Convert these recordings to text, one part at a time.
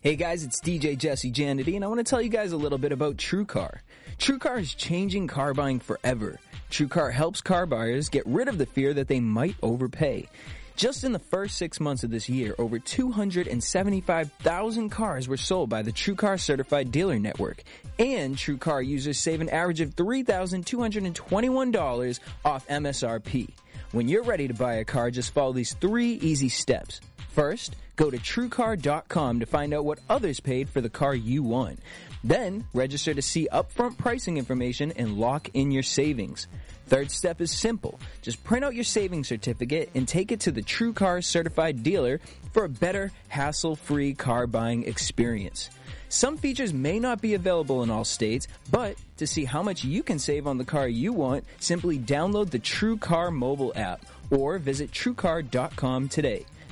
Hey guys, it's DJ Jesse Janity, and I want to tell you guys a little bit about TrueCar. TrueCar is changing car buying forever. TrueCar helps car buyers get rid of the fear that they might overpay. Just in the first six months of this year, over 275,000 cars were sold by the TrueCar Certified Dealer Network. And TrueCar users save an average of $3,221 off MSRP. When you're ready to buy a car, just follow these three easy steps. First, go to truecar.com to find out what others paid for the car you won. Then, register to see upfront pricing information and lock in your savings. Third step is simple. Just print out your savings certificate and take it to the TrueCar certified dealer for a better, hassle-free car buying experience. Some features may not be available in all states, but to see how much you can save on the car you want, simply download the TrueCar mobile app or visit truecar.com today.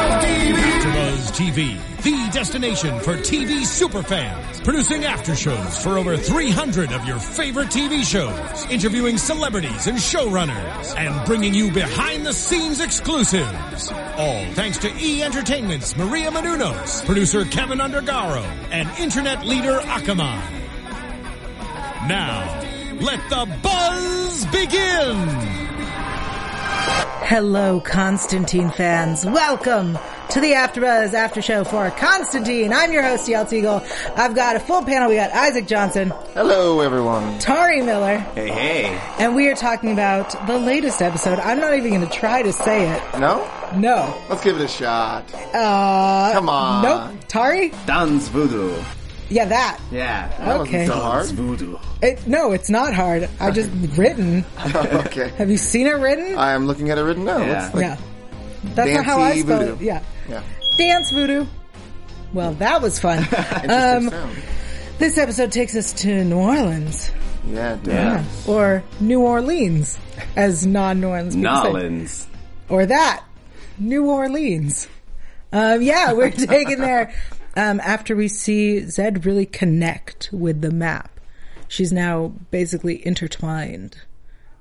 AfterBuzz TV, the destination for TV superfans, producing aftershows for over 300 of your favorite TV shows, interviewing celebrities and showrunners, and bringing you behind-the-scenes exclusives. All thanks to E Entertainment's Maria Menounos, producer Kevin Undergaro, and internet leader Akamai. Now, let the buzz begin! Hello, Constantine fans. Welcome to the AfterBuzz After Show for Constantine. I'm your host, Yelts Eagle. I've got a full panel. We got Isaac Johnson, Hello, everyone. Tari Miller, Hey, hey. and we are talking about the latest episode. I'm not even going to try to say it. No? No. Let's give it a shot. Uh, Come on. Nope. Tari? Dance voodoo. Yeah, that. Yeah. That Okay. wasn't so Dance hard. voodoo. It, no, it's not hard. I just written. okay. Have you seen it written? I am looking at it written now. Yeah. It's like, yeah. That's not how I Dancy spell it. voodoo. Yeah. yeah. Dance voodoo. Well, that was fun. Interesting Um, sound. This episode takes us to New Orleans. Yeah, dude. Yeah. or New Orleans, as non-New Orleans people say. Nolans. or that New Orleans. Um, yeah, we're taking there um, after we see Zed really connect with the map. She's now basically intertwined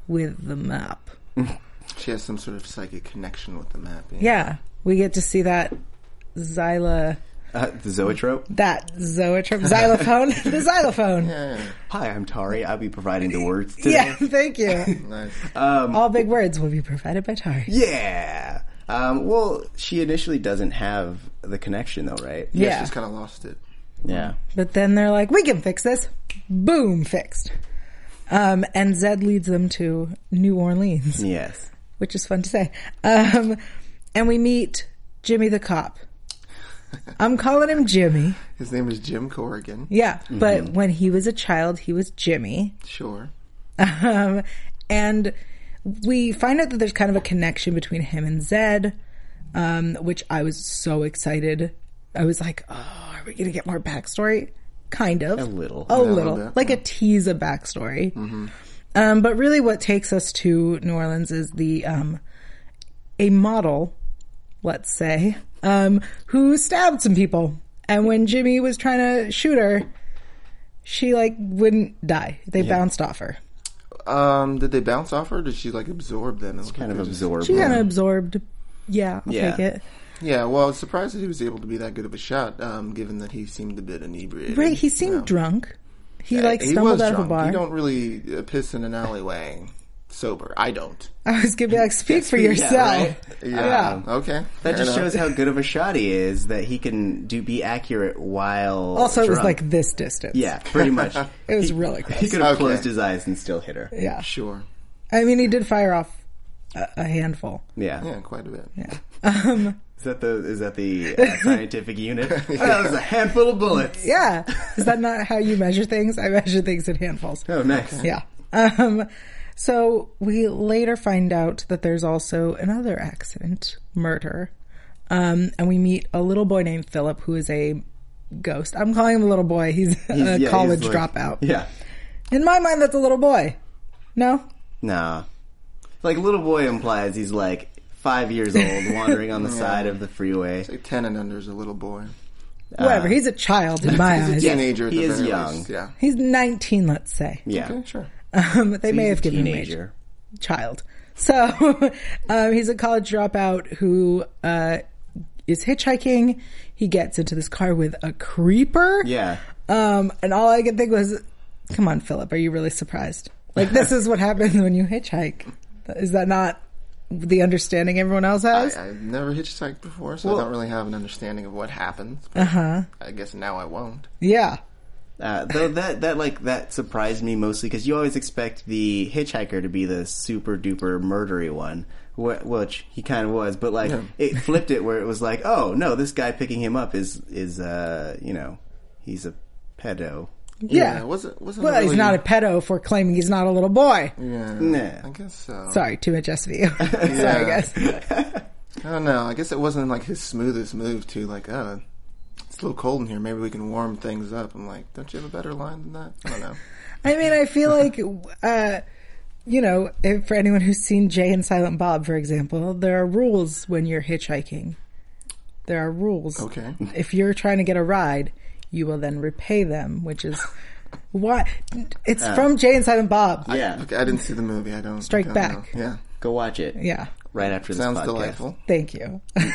with the map. She has some sort of psychic connection with the map. Yeah, we get to see that Xyla, Uh, the zoetrope. that zoetrope xylophone, the xylophone. Hi, I'm Tari. I'll be providing the words today. Yeah, thank you. Nice. All big words will be provided by Tari. Yeah. Um, well, she initially doesn't have the connection, though, right? yeah. yeah. She's kind of lost it. Yeah. But then they're like, we can fix this. Boom, fixed. Um, and Zed leads them to New Orleans, Yes. which is fun to say. Um, and we meet Jimmy the cop. I'm calling him Jimmy. His name is Jim Corrigan. Yeah. But when he was a child, he was Jimmy. Sure. Um, and we find out that there's kind of a connection between him and Zed, um, which I was so excited. I was like, oh, are we going to get more backstory? Kind of. A little. A Yeah, a little. bit. like a tease of backstory. Um, but really, what takes us to New Orleans is the um, a model, let's say, um, who stabbed some people. And when Jimmy was trying to shoot her, she like wouldn't die. They bounced off her. Um, did they bounce off her? Or did she like absorb them? It looked Kind like of they just- absorbed. She kind of absorbed. Yeah, I'll Yeah. take it. Yeah. Well, I was surprised that he was able to be that good of a shot, um, given that he seemed a bit inebriated. Right, he seemed Yeah. drunk. He Yeah, like he stumbled was out of a drunk. bar. You don't really uh, piss in an alleyway sober. I don't. I was gonna be like, speak for speak- yeah, yourself. right? Yeah. Okay. That just shows how good of a shot he is that he can do be accurate while. Also, it was drunk. like this distance. Yeah, pretty much. it was He- really He close. could have Okay. closed his eyes and still hit her. Yeah, Sure. I mean, he did fire off a, a handful. Yeah. Yeah, quite a bit. Is that the is that the uh, scientific unit? Oh, that was a handful of bullets. Yeah, is that not how you measure things? I measure things in handfuls. Oh, nice. Yeah. Um, so we later find out that there's also another accident, murder. Um, and we meet a little boy named Philip who is a ghost. I'm calling him a little boy. He's, He's- a yeah, college he's like- dropout. Yeah. In my mind, that's a little boy. No? Nah. Like little boy implies he's like five years old wandering on the side of the freeway. Like ten and under is a little boy. Uh, Whatever. he's a child in my eyes. He's a teenager. at He the is very young. least, Yeah. He's 19, let's say. Yeah, Okay, sure. Um, they may He's a have given him age. teenager. child. So um, he's a college dropout who uh, is hitchhiking. He gets into this car with a creeper. Yeah, Um, and all I could think was, come on, Philip, are you really surprised? Like, this is what happens when you hitchhike. Is that not the understanding everyone else I, has? I've never hitchhiked before, so I don't really have an understanding of what happens. Uh Uh-huh. I guess now I won't. yeah. Uh, though that that like that surprised me mostly because you always expect the hitchhiker to be the super duper murdery one, wh- which he kind of was. But like it flipped it where it was like, oh no, this guy picking him up is is uh you know he's a pedo. Yeah. Was it? Was it? Well, he's really- Mm. not a pedo for claiming he's not a little boy. Yeah. Nah. I guess so. Sorry, too much SVU. Sorry, guys. I don't know. I guess it wasn't like his smoothest move to like, uh, it's a little cold in here. Maybe we can warm things up. I'm like, don't you have a better line than that? I don't know. I mean, I feel like, uh, you know, if, for anyone who's seen Jay and Silent Bob, for example, there are rules when you're hitchhiking. There are rules. Okay. If you're trying to get a ride, you will then repay them, which is why it's from Jay and Silent Bob. Yeah, Okay, I didn't see the movie. I don't. Strike I don't back. know. Yeah. go watch it. yeah. right after this Sounds podcast. delightful. Thank you.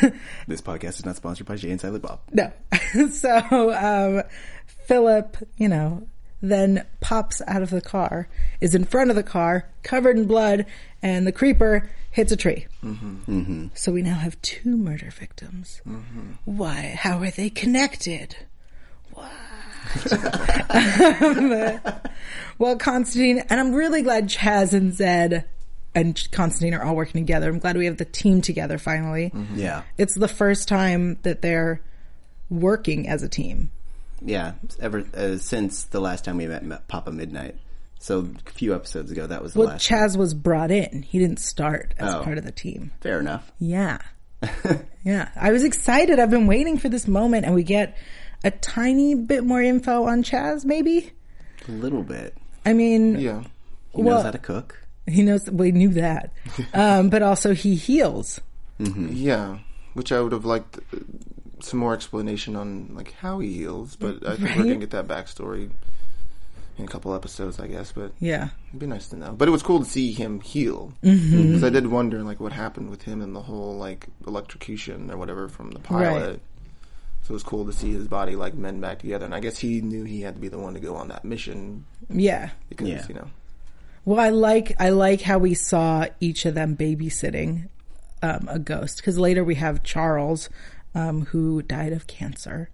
This podcast is not sponsored by Jay and Silent Bob. No. so um, Philip, you know, then pops out of the car, is in front of the car, covered in blood, and the creeper hits a tree. Mm-hmm. So we now have two murder victims. Why? How are they connected? Well, Constantine, and I'm really glad Chaz and Zed and Constantine are all working together. I'm glad we have the team together finally. Yeah, It's the first time that they're working as a team. yeah. Ever uh, since the last time we met Ma- Papa Midnight, so a few episodes ago, that was the Well, last. Chaz was brought in. He didn't start as Oh. part of the team. Fair enough. Yeah. yeah. I was excited. I've been waiting for this moment and we get a tiny bit more info on Chaz, maybe? A little bit. I mean, Yeah. He Well- knows how to cook. he knows, we knew that. um, but also he heals. Yeah. Which I would have liked uh, some more explanation on like how he heals, but I think we're gonna get that backstory in a couple episodes, I guess. But Yeah. It'd be nice to know. But it was cool to see him heal. Because Mm-hmm. I did wonder, like, what happened with him and the whole, like, electrocution or whatever from the pilot. Right. So it was cool to see his body, like, mend back together. And I guess he knew he had to be the one to go on that mission Yeah. because, Yeah. you know. Well, I like, I like how we saw each of them babysitting, um, a ghost. Cause later we have Charles, um, who died of cancer.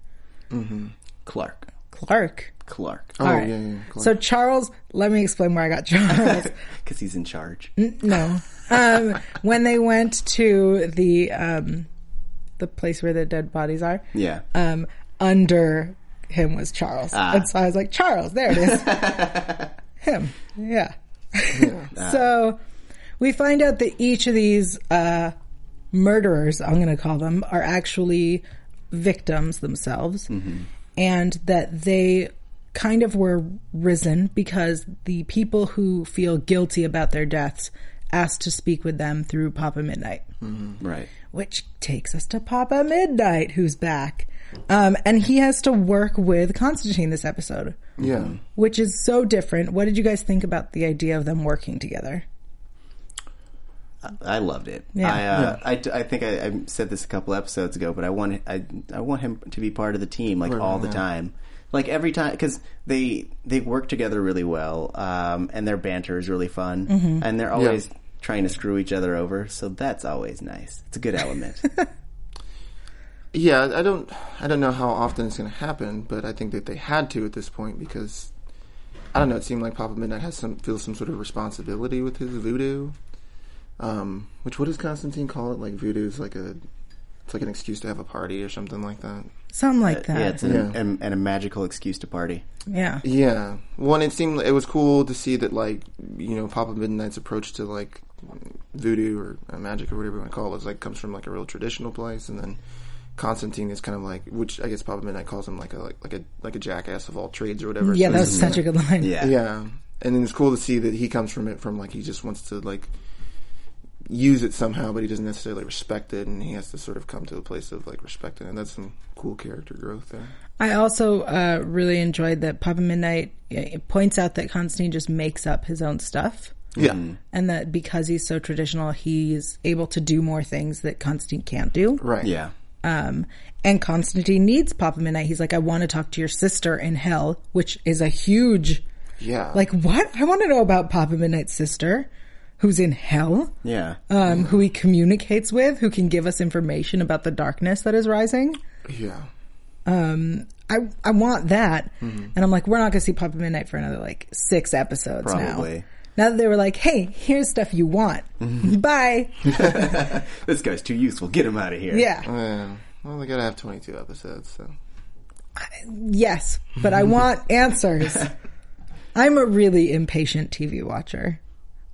Clark. Clark. Clark. Oh, All right. yeah, yeah. Cool. So Charles, let me explain where I got Charles. Because Oh, he's in charge. no, um, when they went to the um, the place where the dead bodies are, Yeah. um, under him was Charles, and so I was like, Charles, there it is, him, yeah. so we find out that each of these uh, murderers, I'm going to call them, are actually victims themselves, and that they kind of were risen because the people who feel guilty about their deaths asked to speak with them through Papa Midnight right. which takes us to Papa Midnight, who's back. Um, and he has to work with Constantine this episode, yeah. which is so different. What did you guys think about the idea of them working together? I loved it. Yeah. I, uh, I d- I think I, I said this a couple episodes ago, but I want I, I want him to be part of the team like all the time, like every time because they they work together really well, um, and their banter is really fun, Mm-hmm. and they're always trying to screw each other over. So that's always nice. It's a good element. Yeah, I don't, I don't know how often it's going to happen, but I think that they had to at this point because, I don't know. It seemed like Papa Midnight has some feels some sort of responsibility with his voodoo. Um, which what does Constantine call it? Like voodoo is like a, it's like an excuse to have a party or something like that. Something like that. yeah, it's an, Yeah. an, and a magical excuse to party. yeah. Yeah. One, it seemed it was cool to see that, like, you know, Papa Midnight's approach to like voodoo or uh, magic or whatever you want to call it is like comes from like a real traditional place, and then Constantine is kind of like, which I guess Papa Midnight calls him like a like, like a like a jackass of all trades or whatever. Yeah, So that it's was such a good line. Yeah. yeah, and then it's cool to see that he comes from it from like he just wants to like use it somehow, but he doesn't necessarily respect it, and he has to sort of come to a place of like respecting it. And that's some cool character growth there. I also uh, really enjoyed that Papa Midnight uh, points out that Constantine just makes up his own stuff. Yeah, And that because he's so traditional, he's able to do more things that Constantine can't do. right. Yeah. Um, and Constantine needs Papa Midnight. He's like, I want to talk to your sister in hell, which is a huge, yeah. like, what? I want to know about Papa Midnight's sister who's in hell, Yeah. um, who he communicates with, who can give us information about the darkness that is rising. yeah, Um, I, I want that. Mm-hmm. And I'm like, we're not going to see Papa Midnight for another like six episodes now. Probably. Mm-hmm. Now that they were like, hey, here's stuff you want. Bye. This guy's too useful. Get him out of here. Yeah. Oh, yeah. Well, they gotta have twenty-two episodes, so Yes, but I want answers. I'm a really impatient TV watcher.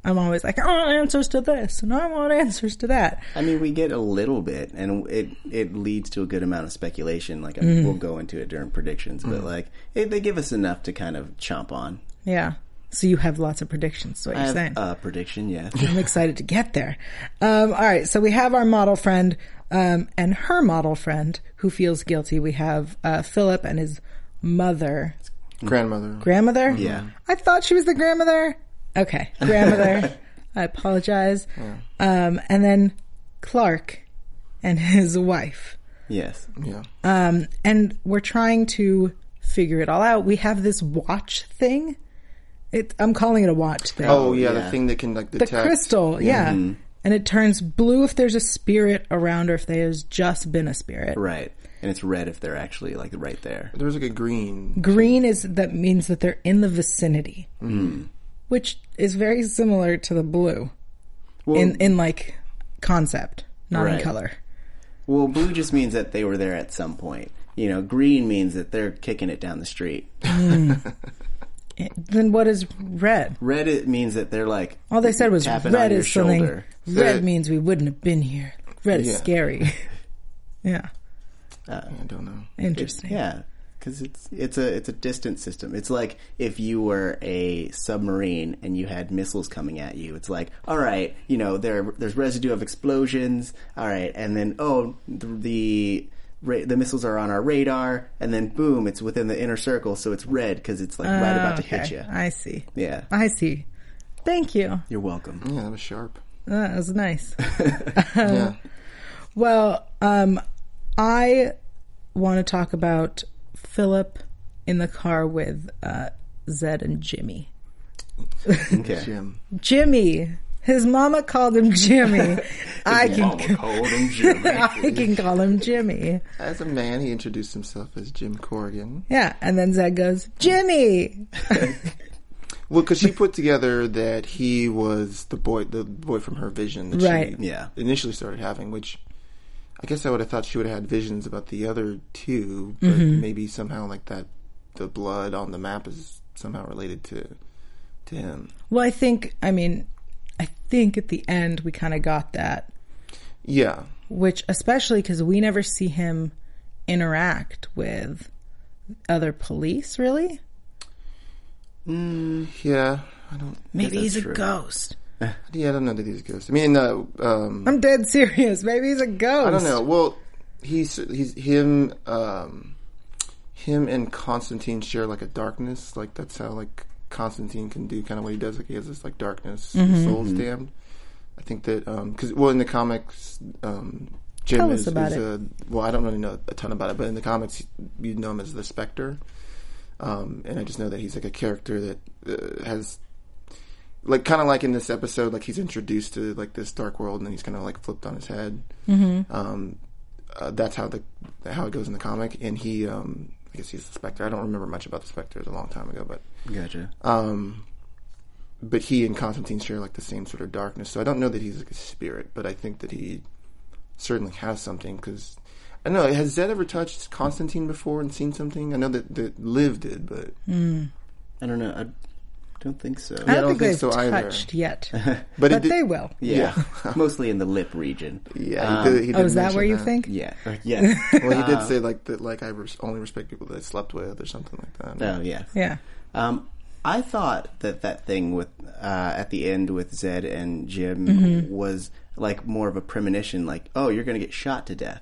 I'm always like, I want answers to this, and I want answers to that. I mean, we get a little bit, and it it leads to a good amount of speculation. Like I Mm. we'll go into it during predictions, but like it, they give us enough to kind of chomp on. Yeah. So you have lots of predictions, is what I you're have uh, saying. a prediction, yes. I'm excited to get there. Um, all right, so we have our model friend um, and her model friend who feels guilty. We have uh, Philip and his mother, grandmother. grandmother. Yeah. I thought she was the grandmother. Okay, grandmother. I apologize. Um, and then Clark and his wife. yes. yeah, Um, and we're trying to figure it all out. We have this watch thing. It, I'm calling it a watch thing. Oh yeah, the yeah. thing that can like the detect crystal, yeah. And it turns blue if there's a spirit around or if there's just been a spirit. Right. And it's red if they're actually like right there. There was like a green. Green is that means that they're in the vicinity, Hmm. which is very similar to the blue in in like concept, not in Right. color. Well, blue just means that they were there at some point. You know, green means that they're kicking it down the street. Then what is red? Red it means that they're like All they said was tapping red on your is something. shoulder. Red Red. means we wouldn't have been here. Red is Yeah. scary. yeah, I don't know. interesting. Yeah, because it's it's a it's a distance system. It's like if you were a submarine and you had missiles coming at you. It's like all right, you know there there's residue of explosions. All right, and then oh the. the ra- the missiles are on our radar, and then boom, it's within the inner circle, so it's red because it's like Ah, right about to hit you. Okay, I see. Yeah, I see. Thank you. you're welcome. Yeah, that was sharp. That was nice. Uh. yeah, Well, um, I want to talk about Philip in the car with uh, Zed and Jimmy. Okay, Jim. Jimmy, his mama called him Jimmy. I can, I can call him Jimmy. As a man, he introduced himself as Jim Corrigan. Yeah, and then Zed goes, Jimmy. Well, because she put together that he was the boy, the boy from her vision that Right. she Yeah. initially started having. Which I guess I would have thought she would have had visions about the other two, but Mm-hmm. maybe somehow like that, the blood on the map is somehow related to to him. Well, I think, I mean, I think at the end we kind of got that, Yeah, which especially because we never see him interact with other police, really. yeah. I don't. Maybe he's a true. ghost. Yeah, I don't know that he's a ghost. I mean, uh, um, I'm dead serious. Maybe he's a ghost. I don't know. Well, he's he's him um him and Constantine share like a darkness. Like that's how like Constantine can do kind of what he does. Like he has this like darkness, Mm-hmm, his soul's damned. I think that because well in the comics, um, Jim Tell us is, about is it. a well I don't really know a ton about it, but in the comics you know him as the Spectre. Um, and I just know that he's like a character that uh, has like kind of like in this episode, like he's introduced to like this dark world, and then he's kind of like flipped on his head. Mm-hmm. Um, uh, that's how the how it goes in the comic, and he um, I guess he's the Spectre. I don't remember much about the Spectre; it's a long time ago, but gotcha. um, but he and Constantine share like the same sort of darkness. So I don't know that he's like a spirit, but I think that he certainly has something because. I don't know. Has Zed ever touched Constantine before and seen something? I know that, that Liv did, but Mm. I don't know. I don't think so. I I don't think don't think they've so either. touched yet, but, but it did, they will. yeah, mostly in the lip region. yeah. he did, he did Oh, is that where mention you think? Yeah, yeah. Oh, Well, he did say like that, like I res- only respect people that I slept with, or something like that. oh, yeah. Yeah. Um, I Mm-hmm. thought that that thing with uh, at the end with Zed and Jim was like more of a premonition, like oh, you're going to get shot to death,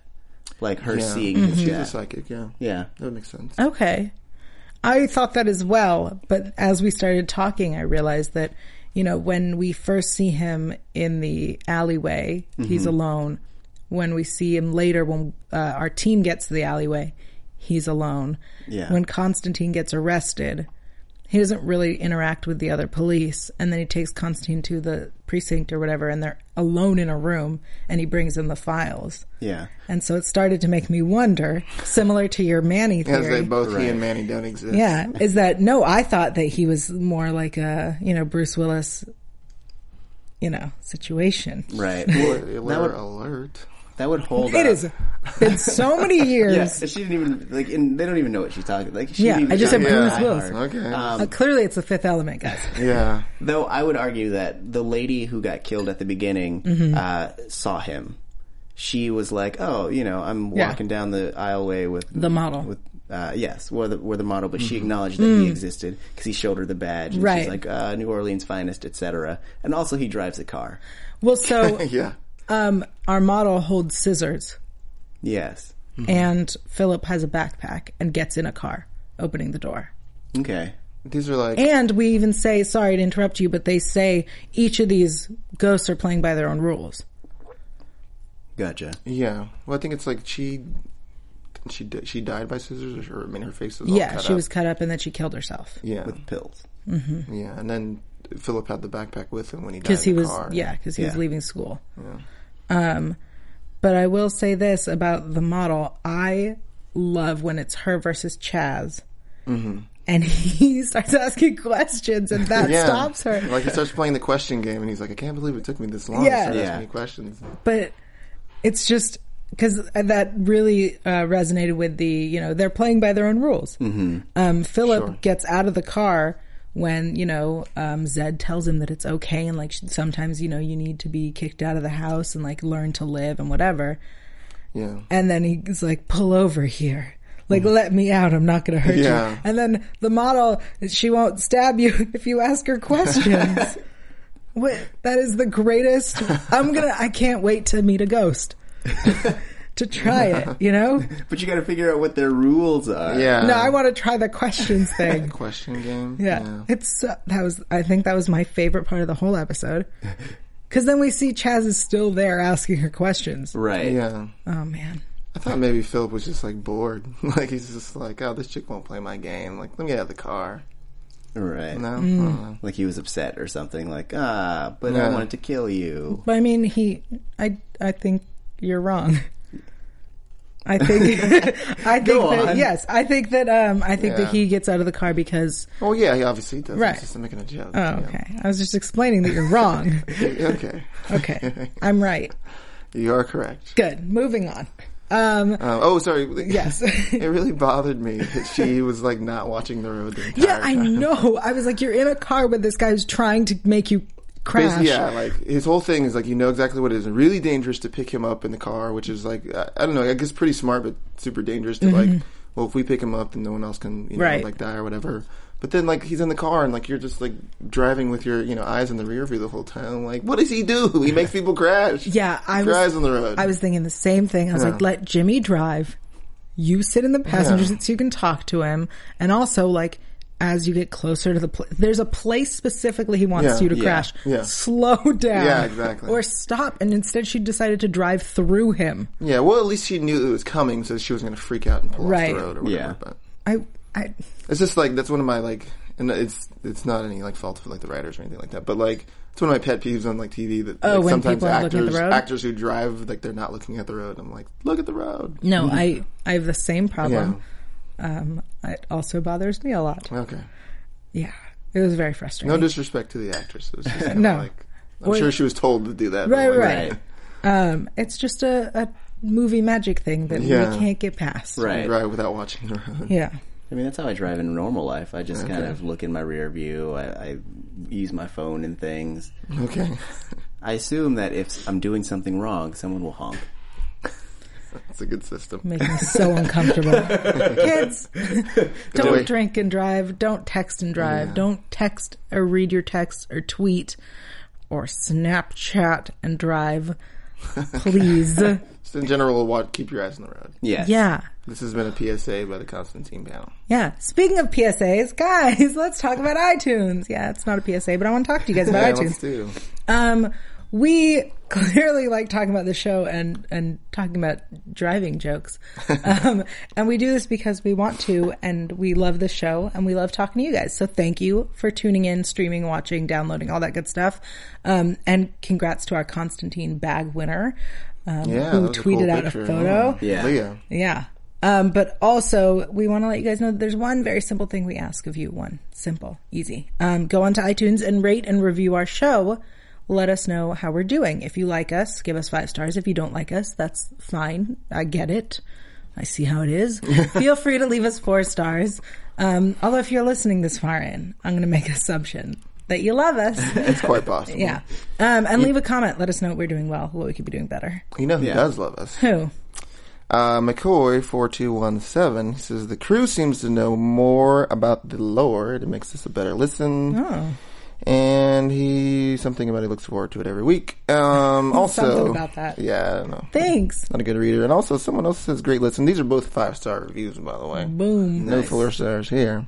like her Yeah. seeing Mm-hmm. his She's a death. psychic, yeah. yeah, That makes sense. Okay. I thought that as well, but as we started talking, I realized that, you know, when we first see him in the alleyway, Mm-hmm. he's alone. When we see him later, when uh, our team gets to the alleyway, he's alone. Yeah. When Constantine gets arrested, he doesn't really interact with the other police. And then he takes Constantine to the precinct or whatever, and they're alone in a room, and he brings in the files. yeah. And so it started to make me wonder, similar to your Manny theory. Because they both, he and Manny, don't exist. Yeah, is that no? I thought that he was more like a you know Bruce Willis, you know, situation. Right. Spoiler that would alert. that would hold. It up. has been so many Yeah, years. she didn't even like, and they don't even know what she's talking. Like, she Yeah, didn't even I just talk said about Bruce Die Willis. Hard. Okay. Uh, clearly, it's the Fifth Element, guys. yeah. Though I would argue that the lady who got killed at the beginning Mm-hmm. uh, saw him. She was like, "Oh, you know, I'm Yeah. walking down the aisleway with The model. Mm-hmm. Mm. With uh, yes, were the were the model, but she acknowledged that he existed because he showed her the badge. And Right. She's like, uh, "New Orleans finest, etc." And also, he drives a car. Well, so Yeah. um, our model holds scissors, Yes. Mm-hmm. and Philip has a backpack and gets in a car, opening the door. Okay. These are like, And we even say, sorry to interrupt you, but they say each of these ghosts are playing by their own rules. Gotcha. yeah. Well, I think it's like she, she di- she died by scissors, or I mean, her face was all Yeah, cut she up. was cut up and then she killed herself. Yeah, Pills. yeah. And then Philip had the backpack with him when he died. because he in the was car. yeah because he was Yeah. leaving school um but i will say this about the model i love when it's her versus chaz Mm-hmm. and he starts asking questions and that Yeah. stops her Like he starts playing the question game, and he's like, "I can't believe it took me this long Yeah. to start Yeah. asking me questions." but it's just because that really uh, resonated with the you know they're playing by their own rules. Mm-hmm. Um, Philip gets out of the car when you know um, Zed tells him that it's okay and like sh- sometimes you know you need to be kicked out of the house and like learn to live and whatever. Yeah, And then he's like, "Pull over here." Like, let me out. I'm not going to hurt Yeah. you. And then the model, she won't stab you if you ask her questions. what? That is the greatest. I'm going to, I can't wait to meet a ghost to try it, you know? But you got to figure out what their rules are. yeah. No, I want to try the questions the thing. question game. Yeah. It's, so that was, I think that was my favorite part of the whole episode. Cause then we see Chaz is still there asking her questions. Right. yeah. Yeah. Oh man. I thought maybe Philip was just like bored. like he's just like, "Oh, this chick won't play my game. Like, let me get out of the car." Right. No. Mm. Uh, Like he was upset or something. Like ah, but I Yeah. wanted to kill you. But I mean, he, I, I think you're wrong. I think, I think Go that, on. yes, I think that, um, I think Yeah. that he gets out of the car because, Oh yeah, he obviously does. Right. He's just making a joke. oh, Yeah. okay. I was just explaining that you're wrong. okay. Okay. I'm right. You are correct. Good. Moving on. Um, Um, oh, sorry. Yes. it really bothered me that she was like not watching the road. The entire yeah, I time. know. I was like, you're in a car with this guy who's trying to make you crash. Basically, yeah, like his whole thing is like you know exactly what it is. Really dangerous to pick him up in the car, which is like I, I don't know. I guess pretty smart, but super dangerous to like. Well, if we pick him up, then no one else can you Mm-hmm. know Right. like die or whatever. But then like he's in the car and like you're just like driving with your you know eyes in the rear view the whole time. Like what does he do? He makes people crash. Yeah, I Keep was. your eyes on the road. I was thinking the same thing. I was like, let Jimmy drive. You sit in the passenger Yeah. seat so you can talk to him, and also like as you get closer to the place, there's a place specifically he wants Yeah. you to Yeah. crash. Yeah. Slow down. Yeah, exactly. Or stop. And instead, she decided to drive through him. yeah. Well, at least she knew it was coming, so she was going to freak out and pull Right. off the road or whatever. Yeah. But I, I, It's just like that's one of my like, and it's it's not any like fault of like the writers or anything like that, but like it's one of my pet peeves on like TV that Oh, like, when sometimes people aren't actors looking at the road? actors who drive like they're not looking at the road. I'm like, look at the road. no, I, I have the same problem. Um, it also bothers me a lot. Okay, Yeah, it was very frustrating. no disrespect to the actress. It was just kinda No. like I'm Or- sure she was told to do that. but, Right, like, right. Um, it's just a, a movie magic thing that Yeah. we can't get past. Right. Drive without watching the road. Yeah. I mean, that's how I drive in normal life. I just kind of look in my rear view. I, I use my phone and things. Okay, I assume that if I'm doing something wrong, someone will honk. it's a good system. making me so uncomfortable. Kids, don't Wait. drink and drive. Don't text and drive. Don't text or read your text or tweet or Snapchat and drive, please. Just in general, what, keep your eyes on the road. Yes. yeah. This has been a PSA by the Constantine panel. Yeah. Speaking of PSAs, guys, let's talk about iTunes. Yeah, it's not a PSA, but I want to talk to you guys about Yeah, iTunes. let's do. Um, we clearly like talking about the show and and talking about driving jokes, um, and we do this because we want to, and we love the show, and we love talking to you guys. So thank you for tuning in, streaming, watching, downloading, all that good stuff. Um, and congrats to our Constantine bag winner, um, Yeah, who that was a cool tweeted out picture. Oh, a photo. Yeah. Leah. Yeah. Um, but also, we want to let you guys know that there's one very simple thing we ask of you. One simple, easy. Um, go onto iTunes and rate and review our show. Let us know how we're doing. If you like us, give us five stars. If you don't like us, that's fine. I get it. I see how it is. Feel free to leave us four stars. Um, although, if you're listening this far in, I'm going to make an assumption that you love us. It's quite possible. yeah. Um, and leave a comment. Let us know what we're doing well, what we could be doing better. You know who does love us? Who? Uh, McCoy four two one seven says the crew seems to know more about the lore. It makes us a better listen. Oh. And he something about he looks forward to it every week. Um, also Something about that. Yeah, I don't know. Thanks. Not a good reader. And also someone else says great listen. These are both five star reviews, by the way. Boom. No four stars here.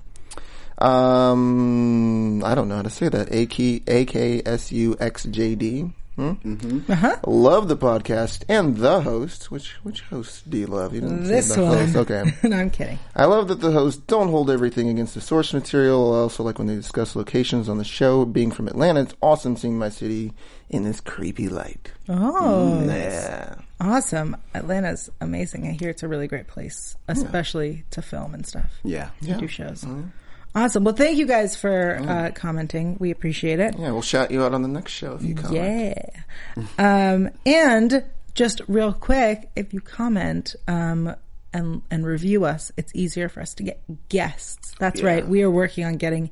Um, I don't know how to say that. A K A K S U X J D. Hmm? Uh-huh. Love the podcast and the host. Which which host do you love? You didn't say This the one. host. Okay. no, I'm kidding. I love that the hosts don't hold everything against the source material. I also like when they discuss locations on the show. Being from Atlanta, it's awesome seeing my city in this creepy light. Oh, Yeah. awesome. Atlanta's amazing. I hear it's a really great place, especially to film and stuff. Yeah. To do shows. Awesome. Well, thank you guys for uh, commenting. We appreciate it. Yeah, we'll shout you out on the next show if you come. Yeah. um, and just real quick, if you comment, um, and, and review us. It's easier for us to get guests. That's right. We are working on getting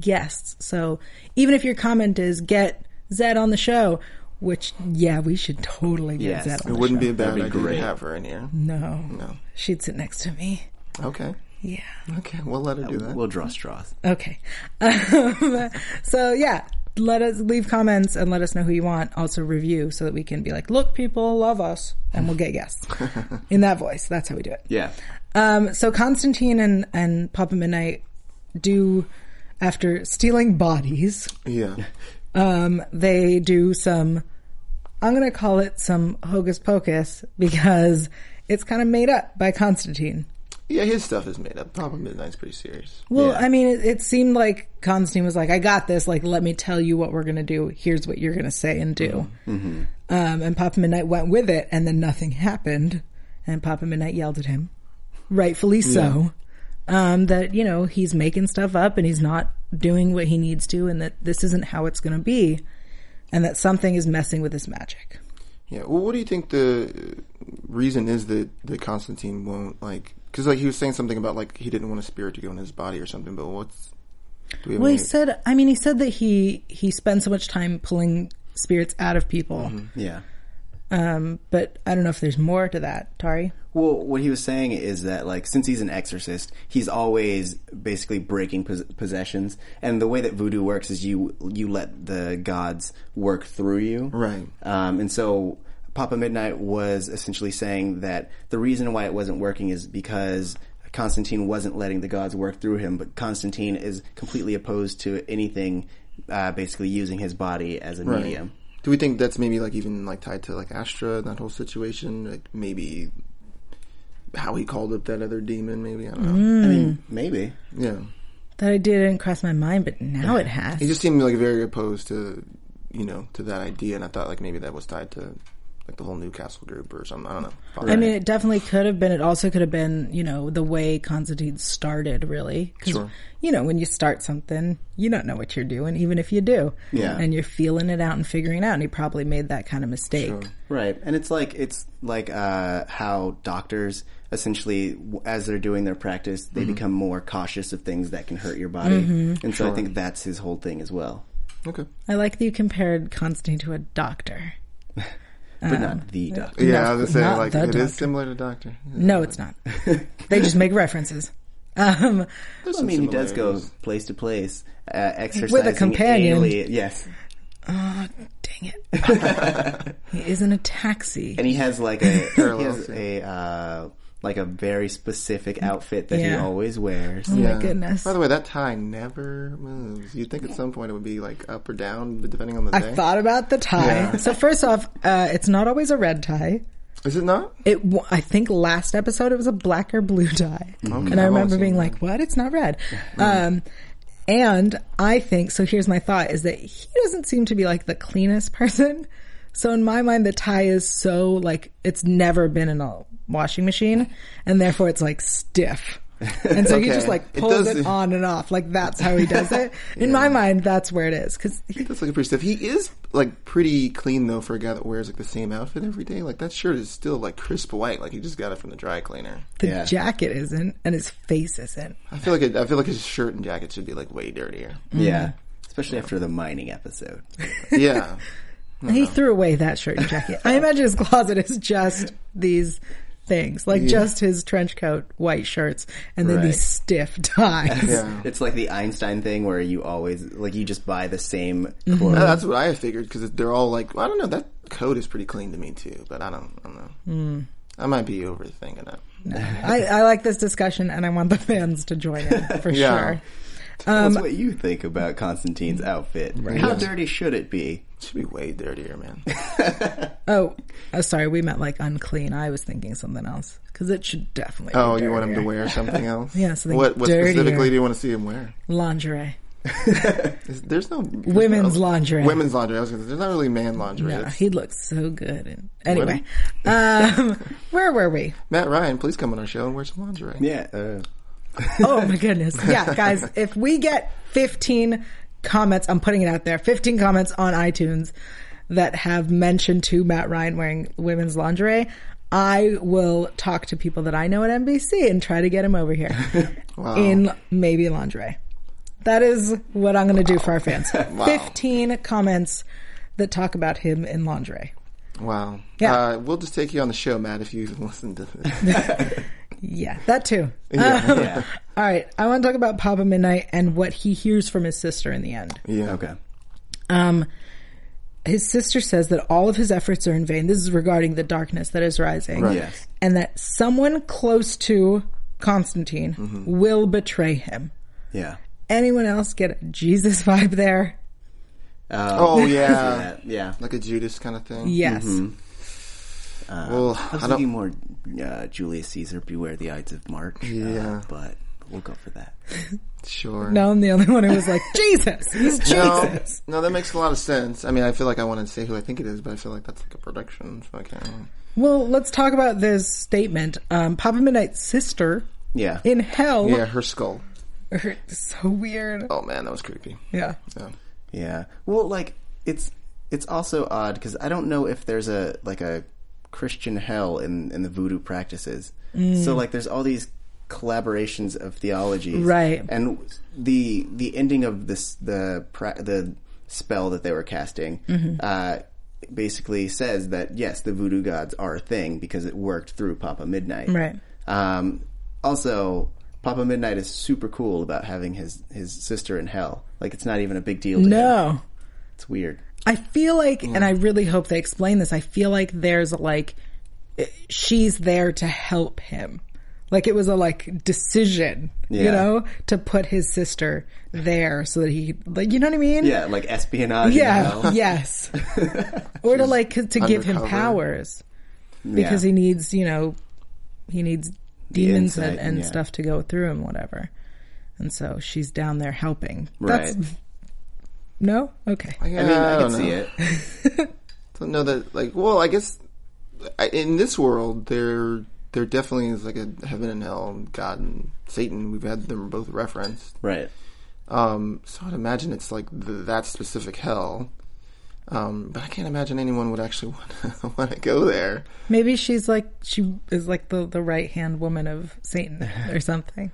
guests. So even if your comment is get Zed on the show, which yeah, we should totally get Yes. Zed on It the wouldn't be show. a bad idea great. to have her in here. No. No. She'd sit next to me. Okay. Yeah. Okay, we'll let her do that. We'll draw straws. Okay. Um, so yeah, let us leave comments and let us know who you want. Also review so that we can be like, look, people love us and we'll get guests in that voice. That's how we do it. Yeah. Um, so Constantine and, and Papa Midnight do after stealing bodies, yeah. um, they do some, I'm going to call it some hocus pocus because it's kind of made up by Constantine. Yeah, his stuff is made up. Papa Midnight's pretty serious. Well, Yeah. I mean, it, it seemed like Constantine was like, "I got this. Like, let me tell you what we're gonna do. Here's what you're gonna say and do." Um, and Papa Midnight went with it, and then nothing happened. And Papa Midnight yelled at him, rightfully so, um, that you know he's making stuff up and he's not doing what he needs to, and that this isn't how it's gonna be, and that something is messing with his magic. Yeah. Well, what do you think the uh, reason is that that Constantine won't like? Because like he was saying something about like he didn't want a spirit to go in his body or something. But what's? Do we have Well, he any- said, I mean, he said that he he spends so much time pulling spirits out of people. Yeah. Um, but I don't know if there's more to that, Tari. Well, what he was saying is that, like, since he's an exorcist, he's always basically breaking pos- possessions. And the way that voodoo works is you you let the gods work through you, Right. Um, and so Papa Midnight was essentially saying that the reason why it wasn't working is because Constantine wasn't letting the gods work through him. But Constantine is completely opposed to anything, uh, basically using his body as a Right. medium. Do we think that's maybe like even like tied to like Astra and that whole situation? Like maybe how he called up that other demon? Maybe I don't know. I mean, maybe. Yeah, That idea didn't cross my mind, but now it has. he just seemed like very opposed to you know to that idea, and I thought like maybe that was tied to like the whole Newcastle group or something. I don't know. I mean, it definitely could have been. It also could have been, you know, the way Constantine started, really. 'Cause, Sure. You know, when you start something, you don't know what you're doing, even if you do. Yeah. And you're feeling it out and figuring it out. And he probably made that kind of mistake. Right, and it's like it's like uh, how doctors essentially, w- as they're doing their practice, they become more cautious of things that can hurt your body, and so I think that's his whole thing as well. okay. I like that you compared Constantine to a doctor. But not the doctor. Yeah, I was gonna not say like the it is doctor. similar to Doctor. No, it's not. they just make references. Um, I mean, he does go place to place, uh, exercising companion. alien- yes, Oh, dang it. he is in a taxi. and he has like a he Parallels, has a uh, like a very specific outfit that he Yeah. always wears. Mm-hmm. Oh my goodness. By the way, that tie never moves. You'd think at some point it would be like up or down, but depending on the I day. thought about the tie. Yeah. So first off, uh, it's not always a red tie. Is it not? It, w- I think last episode it was a black or blue dye, and I I've remember seen being that. like, "What? It's not red." Mm-hmm. Um, and I think so. Here's my thought: is that he doesn't seem to be like the cleanest person. So in my mind, the tie is so like it's never been in a washing machine, and therefore it's like stiff. And so he Okay. just like It pulls does- it on and off. Like that's how he does it. In my mind, that's where it is because He does look pretty stiff. He is like pretty clean though for a guy that wears like the same outfit every day. Like that shirt is still like crisp white, like he just got it from the dry cleaner. the Yeah. jacket isn't, and his face isn't. I feel like it, I feel like his shirt and jacket should be like way dirtier. Mm. Yeah, especially after the mining episode. yeah, He threw away that shirt and jacket. I imagine his closet is just these things, like just his trench coat, white shirts, and then Right. these stiff ties. yeah. It's like the Einstein thing where you always like you just buy the same clothes. Mm-hmm. Yeah, Uh, that's what I figured because they're all like I don't know. That coat is pretty clean to me too, but I don't, I don't know. Hmm. I might be overthinking it. I, I like this discussion, and I want the fans to join in for Yeah. sure. That's what you think about Constantine's outfit. How dirty should it be? It should be way dirtier, man. Oh, oh, sorry, we meant like unclean. I was thinking something else because it should definitely. be Oh, you want him to dirtier. wear something else? Yeah, something what what dirtier. specifically do you want to see him wear? lingerie? Is- There's no there's Women's no- lingerie. Women's lingerie. I was gonna say, there's not really man lingerie. No, It's- he looks so good. And anyway, um, where were we? Matt Ryan, please come on our show and wear some lingerie. Yeah, uh, Oh my goodness. Yeah, guys, if we get 15 comments, I'm putting it out there, 15 comments on iTunes that have mentioned to Matt Ryan wearing women's lingerie, I will talk to people that I know at NBC and try to get him over here in maybe lingerie. That is what I'm going to do for our fans. 15 comments that talk about him in lingerie. Wow. Yeah. Uh, we'll just take you on the show, Matt, if you even listen to this. Yeah, that too. Um, yeah, All right, I want to talk about Papa Midnight and what he hears from his sister in the end. Yeah. okay. Um, his sister says that all of his efforts are in vain. This is regarding the darkness that is rising. Yes. And that someone close to Constantine will betray him. Yeah. Anyone else get a Jesus vibe there? Um, Oh, yeah. yeah, yeah. like a Judas kind of thing. Yes. Well, I was I thinking don't. more uh, Julius Caesar, beware the Ides of March. Yeah. Uh, but we'll go for that. Sure. No, I'm the only one who was like, Jesus! He's No, Jesus! no, that makes a lot of sense. I mean, I feel like I want to say who I think it is, but I feel like that's like a production. So I can't. Well, let's talk about this statement. Um, Papa Midnight's sister Yeah. in hell. Yeah, her skull. so weird. Oh man, that was creepy. Yeah. Yeah. Yeah. Well, like it's it's also odd because I don't know if there's a like a Christian hell in in the voodoo practices. Mm. So like there's all these collaborations of theologies, Right. And the the ending of this the pra- the spell that they were casting. Mm-hmm. Uh, basically says that yes the voodoo gods are a thing because it worked through papa midnight Right. um, also, Papa Midnight is super cool about having his his sister in hell. Like it's not even a big deal. To him. No. it's weird. I feel like, Mm. and I really hope they explain this. I feel like there's like, eh, she's there to help him. Like it was a like decision, you Yeah. know, to put his sister there so that he, like, you know what I mean? Yeah, like espionage. Yeah. In hell. Yes. or to like to give him undercover. powers because he needs, you know, he needs demons insight, and, and yeah. stuff to go through and whatever. And so she's down there helping. Right. That's no? Okay. Yeah, I mean, I, don't can see it. don't know that like well i guess I, in this world there there definitely is like a heaven and hell and god and satan we've had them both referenced Right. um so i'd imagine it's like th that specific hell um but i can't imagine anyone would actually want want to go there Maybe she's like she is like the the right hand woman of Satan or something.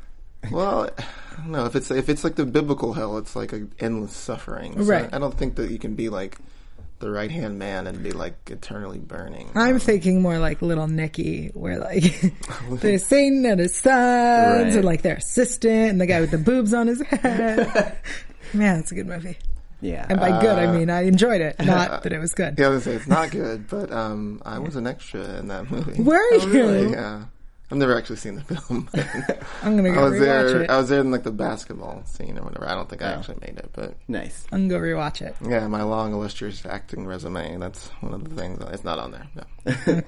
well i don't know if it's if it's like the biblical hell it's like a endless suffering So Right. i don't think that you can be like the right hand man and be like eternally burning I'm thinking more like little Nicky, where like there's Satan and his sons, Right. and like their assistant, and the guy with the boobs on his head. Man, it's a good movie. Yeah. Uh, And by good, I mean I enjoyed it, not that it was good. Yeah, I was gonna say it's not good, but um, I was an extra in that movie. Were you? Yeah, I've never actually seen the film. but I'm gonna go I was rewatch there. it. I was there in like the basketball scene or whatever. I don't think I actually made it, but Nice. I'm gonna go rewatch it. yeah, my long illustrious acting resume. That's one of the things. It's not on there. No.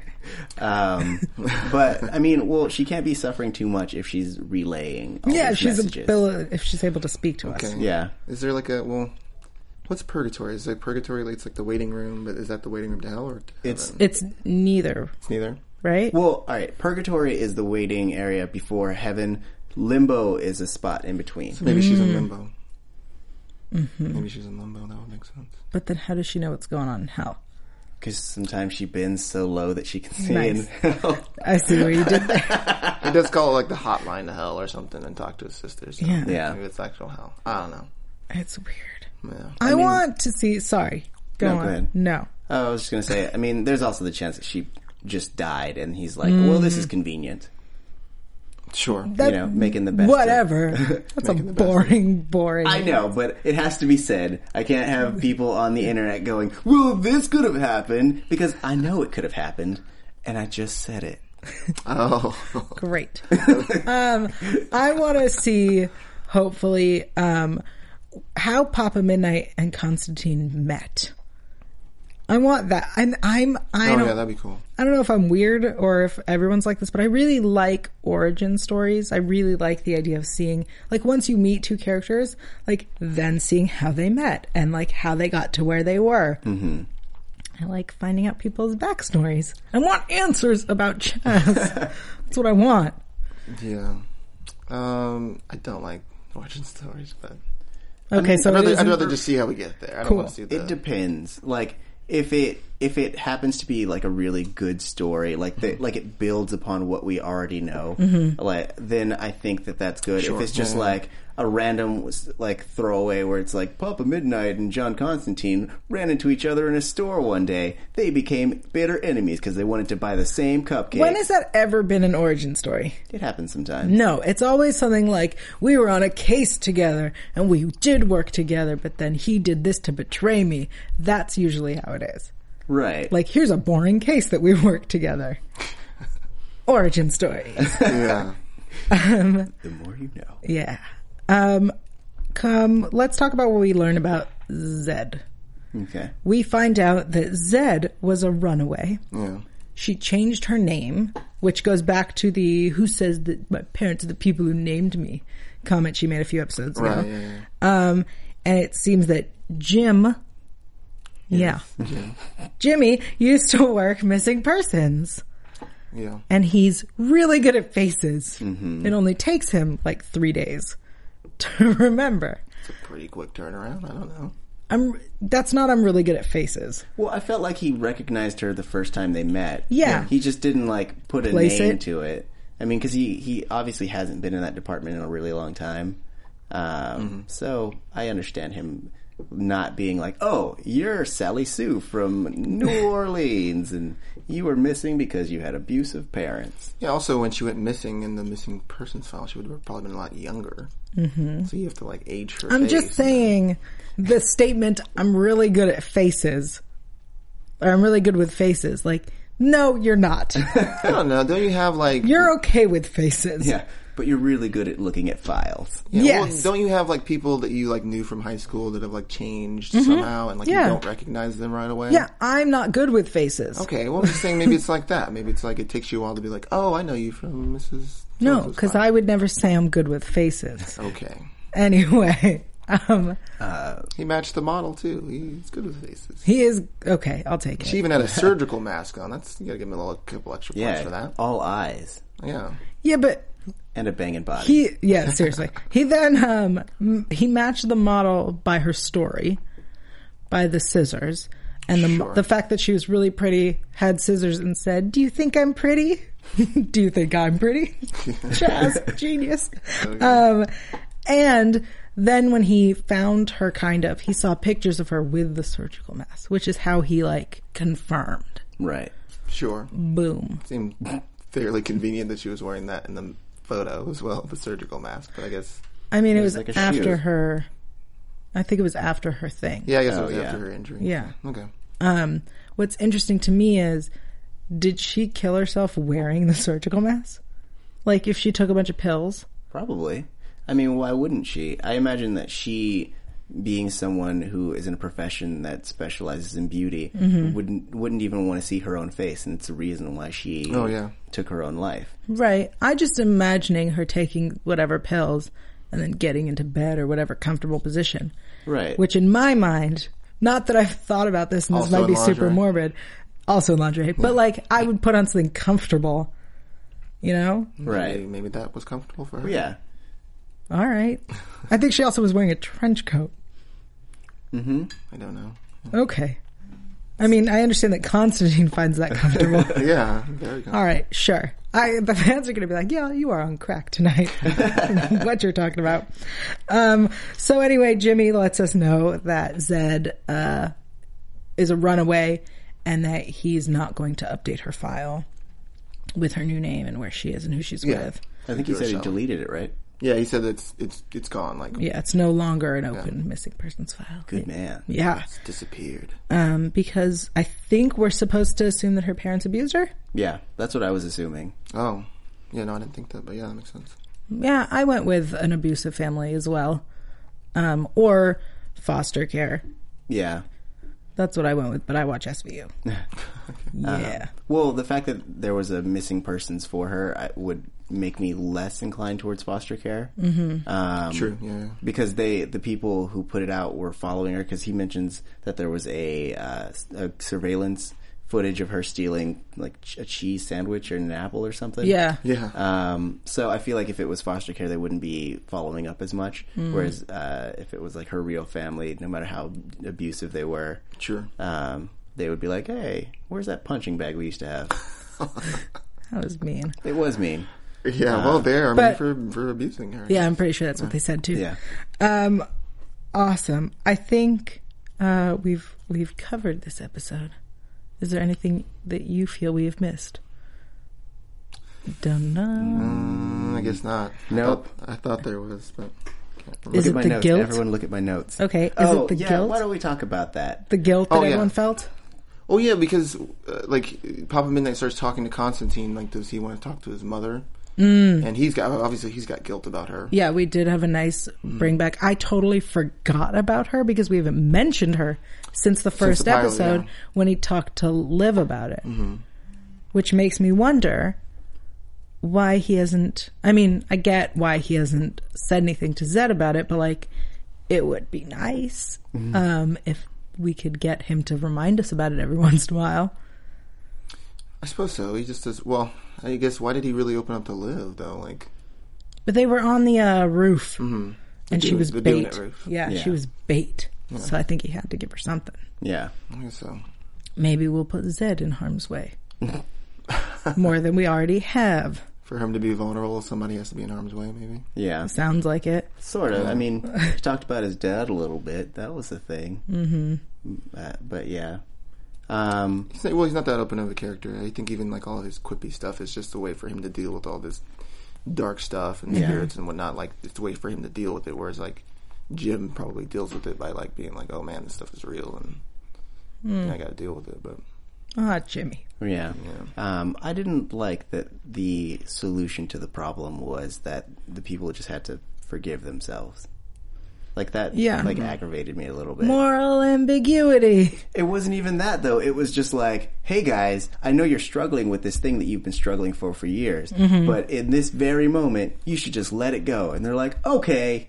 Um, but I mean, well, she can't be suffering too much if she's relaying. All Yeah, these if she's messages. able, if she's able to speak to us. Okay. Yeah. Is there like a well? What's purgatory? Is like purgatory? like, It's like the waiting room, but is that the waiting room to hell or to It's heaven? It's neither, It's neither? right? well, all right. Purgatory is the waiting area before heaven. Limbo is a spot in between. Maybe she's Mm. in limbo. Mm-hmm. Maybe she's in limbo. That would make sense. but then, how does she know what's going on in hell? Because sometimes she bends so low that she can see. Nice. in. I see what you did there. It does call it like the hotline to hell or something, and talk to his sisters. So Yeah. Yeah. Maybe it's actual hell. I don't know. It's weird. Yeah. I, want to see. Sorry, go No, go on. ahead. No, Oh, I was just gonna say. I mean, there's also the chance that she just died, and he's like, "Well, this is convenient." Sure. That- You know, making the best. of- whatever. That's a Making the best of it. boring, boring. I know, but it has to be said. I can't have people on the internet going, "Well, this could have happened," because I know it could have happened, and I just said it. Oh. great. um, I want to see, hopefully, um, how Papa Midnight and Constantine met. I want that, and I'm I Oh don't yeah, that'd be cool. I don't know if I'm weird or if everyone's like this, but I really like origin stories. I really like the idea of seeing, like, once you meet two characters, like, then seeing how they met and, like, how they got to where they were. Mm-hmm. I like finding out people's backstories. I want answers about chess. That's what I want. Yeah. Um, I don't like origin stories, but Okay, so I'd it rather, I'd isn't- rather just see how we get there. I don't want to see the. It depends. Like if it if it happens to be like a really good story, like the, like it builds upon what we already know, Mm-hmm. like then I think that that's good. If it's just like a random like throwaway where it's like Papa Midnight and John Constantine ran into each other in a store one day, they became bitter enemies because they wanted to buy the same cupcake. when has that ever been an origin story? it happens sometimes? No, it's always something like we were on a case together and we did work together, but then he did this to betray me. That's usually how it is. Right. Like, here's a boring case that we worked together. Origin story. yeah. the more you know. Yeah. Um, come, let's talk about what we learn about Zed. Okay. We find out that Zed was a runaway. Yeah. She changed her name, which goes back to the who says that my parents are the people who named me comment she made a few episodes ago. Right. Yeah. yeah. Um, and it seems that Jim, yeah, Jimmy used to work missing persons, yeah. and he's really good at faces. Mm-hmm. It only takes him like three days to remember. It's a pretty quick turnaround. I don't know. I'm that's not I'm really good at faces. Well, I felt like he recognized her the first time they met. Yeah. He just didn't like put a Place name it. to it. I mean, because he, he obviously hasn't been in that department in a really long time. Um, Mm-hmm. So I understand him not being like, oh, you're Sally Sue from New Orleans and you were missing because you had abusive parents. Yeah. Also, when she went missing in the missing persons file, she would have probably been a lot younger. Mm-hmm. So you have to like age her. I'm face. just saying the statement I'm really good at faces, or I'm really good with faces. Like, no, you're not. I don't know. Don't you have like? You're okay with faces. Yeah. But you're really good at looking at files. Yeah, well, Yes. don't you have like people that you like knew from high school that have like changed somehow and like Mm-hmm. Yeah. you don't recognize them right away? Yeah, I'm not good with faces. Okay, well, I'm just saying maybe it's like that. Maybe it's like it takes you a while to be like, oh, I know you from Mrs. No, so-and-so's because life." I would never say I'm good with faces. Okay. Anyway, um, He matched the model too. He's good with faces. he is okay. I'll take it. She even had a surgical mask on. That's you gotta give him a little couple extra points Yeah. for that. All eyes Yeah. yeah, but and a banging body. he, yeah, seriously. he then um, m- he matched the model by her story, by the scissors, and the the fact that she was really pretty, had scissors, and said, "Do you think I'm pretty? Do you think I'm pretty?" Jazz genius. Um, and then when he found her, kind of, he saw pictures of her with the surgical mask, which is how he like confirmed. right. Sure. Boom. Seemed fairly convenient that she was wearing that in the photo as well, the surgical mask. But I guess I mean, it was, like a after shoe. her. I think it was after her thing. Yeah, I guess Oh, it was after yeah. her injury. Yeah. Okay. Um, what's interesting to me is, did she kill herself wearing the surgical mask? Like if she took a bunch of pills? Probably. I mean, why wouldn't she? I imagine that she, being someone who is in a profession that specializes in beauty, Mm-hmm. wouldn't wouldn't even want to see her own face, and it's the reason why she Oh, yeah. took her own life. Right. I just imagining her taking whatever pills and then getting into bed or whatever comfortable position. Right. Which in my mind, not that I've thought about this and this Also might be in super lingerie. morbid, also in lingerie, but like I would put on something comfortable, you know? Maybe, right. maybe that was comfortable for her. Yeah. All right. I think she also was wearing a trench coat. I don't know. Okay. I mean, I understand that Constantine finds that comfortable. Yeah. Very good. All right, sure. I, the fans are going to be like, yeah, you are on crack tonight. what you're talking about. Um, so anyway, Jimmy lets us know that Zed, uh, is a runaway and that he's not going to update her file with her new name and where she is and who she's Yeah. with. I think he said he deleted it, right? Yeah, he said it's it's it's gone. Like Yeah, it's no longer an open missing persons file. Good man. Yeah. it's disappeared. Um, because I think we're supposed to assume that her parents abused her. Yeah, that's what I was assuming. Oh. Yeah. No, I didn't think that. But yeah, that makes sense. Yeah, I went with an abusive family as well, um, or foster care. Yeah. That's what I went with, but I watch SVU. yeah, Well, the fact that there was a missing persons for her I, would make me less inclined towards foster care. Mm-hmm. Um, True. Yeah. yeah. because they the people who put it out were following her because he mentions that there was a, uh, s- a surveillance footage of her stealing like ch- a cheese sandwich or an apple or something. yeah, Yeah. uh, Um, so I feel like if it was foster care, they wouldn't be following up as much. Mm. Whereas uh, if it was like her real family, no matter how abusive they were, Sure. uh, um, they would be like, "Hey, where's that punching bag we used to have?" that was mean. it was mean. Yeah. well, there. I but- mean, for for abusing her. Yeah, I'm pretty sure that's what they said too. Yeah. Um, awesome. I think uh, we've we've covered this episode. Is there anything that you feel we have missed? Don't know. Mm, I guess not. Nope. I thought, I thought there was, but can't remember. Is Look it at my the notes. guilt? Everyone, look at my notes. Okay, is oh it the yeah. guilt? Why don't we talk about that? The guilt that Oh, yeah. everyone felt. Oh yeah, because uh, like Papa Midnight starts talking to Constantine. Like, does he want to talk to his mother? Mm. And he's got obviously he's got guilt about her. Yeah, we did have a nice bring back. I totally forgot about her because we haven't mentioned her since the first the pilot, episode yeah. when he talked to Liv about it. Which makes me wonder why he hasn't. I mean, I get why he hasn't said anything to Zed about it, but like, it would be nice um, if we could get him to remind us about it every once in a while. I suppose so. He just does. Well, I guess why did he really open up to Liv though? Like, But they were on the uh, roof, and she dune- was the dune bait. roof. Yeah, Yeah. she was bait. So I think he had to give her something. Yeah. I guess so. Maybe we'll put Zed in harm's way more than we already have. For him to be vulnerable, somebody has to be in harm's way. Maybe. Yeah. Sounds like it. Sort of. I mean, we talked about his dad a little bit. That was the thing. Mm-hmm. Uh, but yeah. Um, He's not, well, he's not that open of a character. I think even like all his quippy stuff is just a way for him to deal with all this dark stuff and spirits and whatnot. Like it's a way for him to deal with it. Whereas like Jim probably deals with it by like being like, "Oh man, this stuff is real," and I got to deal with it. But Ah, Jimmy. yeah. Um, I didn't like that the solution to the problem was that the people just had to forgive themselves. Like that, Yeah. like aggravated me a little bit. Moral ambiguity. It wasn't even that though. It was just like, hey guys, I know you're struggling with this thing that you've been struggling for for years, but in this very moment, you should just let it go. And they're like, okay,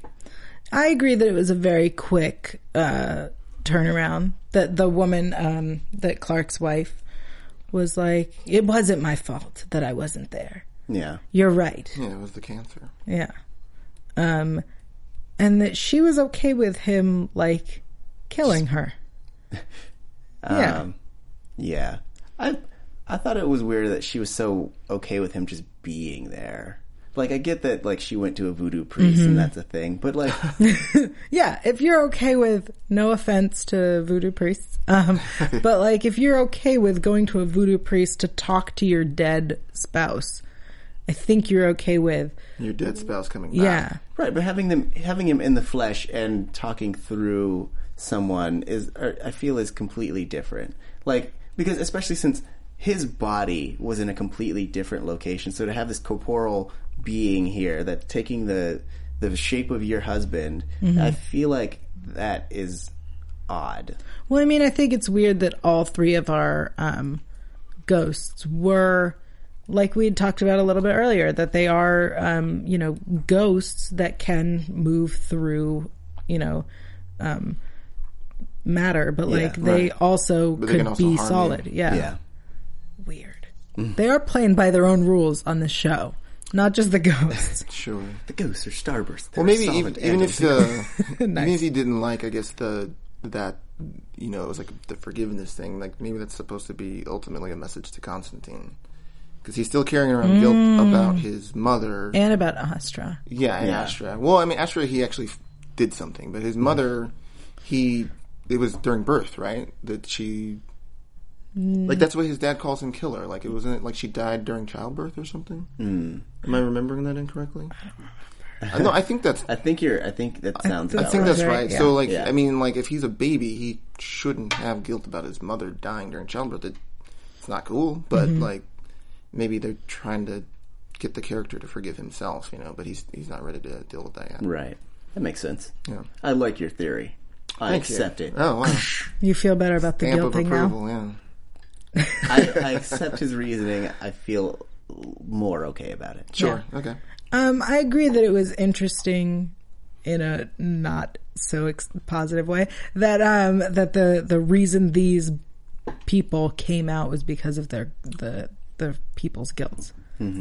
I agree that it was a very quick uh, turnaround. That the woman, um, that Clark's wife, was like, "It wasn't my fault that I wasn't there. yeah, You're right." yeah, it was the cancer. Yeah. Um, and that she was okay with him, like, killing her. yeah. Um, yeah. I I thought it was weird that she was so okay with him just being there. Like I get that like she went to a voodoo priest and that's a thing, but like Yeah. If you're okay with, no offense to voodoo priests, um, but like, if you're okay with going to a voodoo priest to talk to your dead spouse, I think you're okay with. Your dead spouse coming back. Yeah. Right, but having them having him in the flesh and talking through someone is or I feel is completely different. Like because especially since his body was in a completely different location, so to have this corporal being here that's taking the the shape of your husband, I feel like that is odd. Well, I mean, I think it's weird that all three of our um, ghosts were, like we had talked about a little bit earlier, that they are, um, you know, ghosts that can move through, you know, um, matter, but like they right. also But could they can also be harm you. solid. Yeah. Yeah. Weird. Mm. They are playing by their own rules on the show, not just the ghosts. Sure. The ghosts are starburst. Well, maybe even, even if uh, even Nice. if you didn't like, I guess the that you know it was like the forgiveness thing. Like maybe that's supposed to be ultimately a message to Constantine because he's still carrying around guilt about his mother. and about Astra. yeah, and Astra. Well, I mean, Astra he actually f- did something, but his mother, he it was during birth, right? That she. Like that's why his dad calls him killer. Like it wasn't like she died during childbirth or something. Am I remembering that incorrectly? I no, I think that's I think you're. I think that sounds. I about think right. that's Right, right. yeah. So, like, Yeah. I mean, like, if he's a baby, he shouldn't have guilt about his mother dying during childbirth. It, it's not cool, but Mm-hmm. like, maybe they're trying to get the character to forgive himself, you know. But he's he's not ready to deal with that yet. Right. That makes sense. Yeah. I like your theory. I Thank you. accept it. Oh, wow. You feel better about the Stamp guilt of thing now? approval. Yeah. I, I accept his reasoning. I feel more okay about it. Sure. Okay. Um, I agree that it was interesting in a not so ex- positive way that um that the the reason these people came out was because of their the the people's guilt.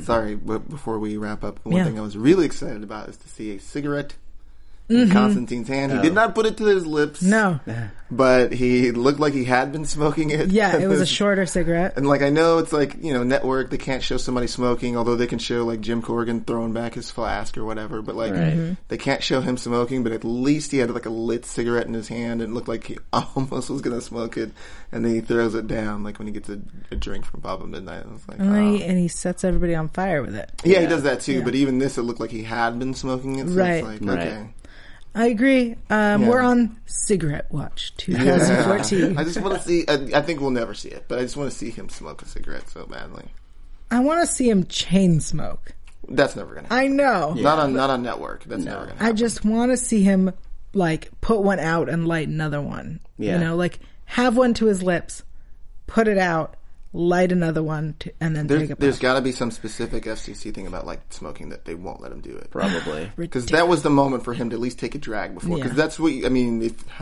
Sorry, but before we wrap up, one Mm-hmm. Yeah. thing I was really excited about is to see a cigarette. in Constantine's hand. He did not put it to his lips. Mm-hmm. Oh. No, But he looked like he had been smoking it. yeah, it was a short. shorter cigarette. And like I know it's like you know network they can't show somebody smoking although they can show like Jim Corrigan throwing back his flask or whatever but like Right. Mhm. they can't show him smoking but at least he had like a lit cigarette in his hand and it looked like he almost was gonna smoke it and then he throws it down like when he gets a, a drink from Papa Midnight I was like And oh. he, and he sets everybody on fire with it. yeah he does that too but even this it looked like he had been smoking it so Right. it's like Right. okay I agree. Um, We're Yeah. on Cigarette Watch Yeah. 2014. I just want to see I, I think we'll never see it but I just want to see him smoke a cigarette so badly I want to see him chain smoke. that's never gonna happen. I know. not on not on network that's never gonna happen. I just want to see him like put one out and light another one. Yeah. You know, like have one to his lips, put it out, light another one, to, and then There's, take a there's puff. got to be some specific FCC thing about like smoking that they won't let him do it. Probably. Because that was the moment for him to at least take a drag before. Because Yeah. that's what you, I mean. If,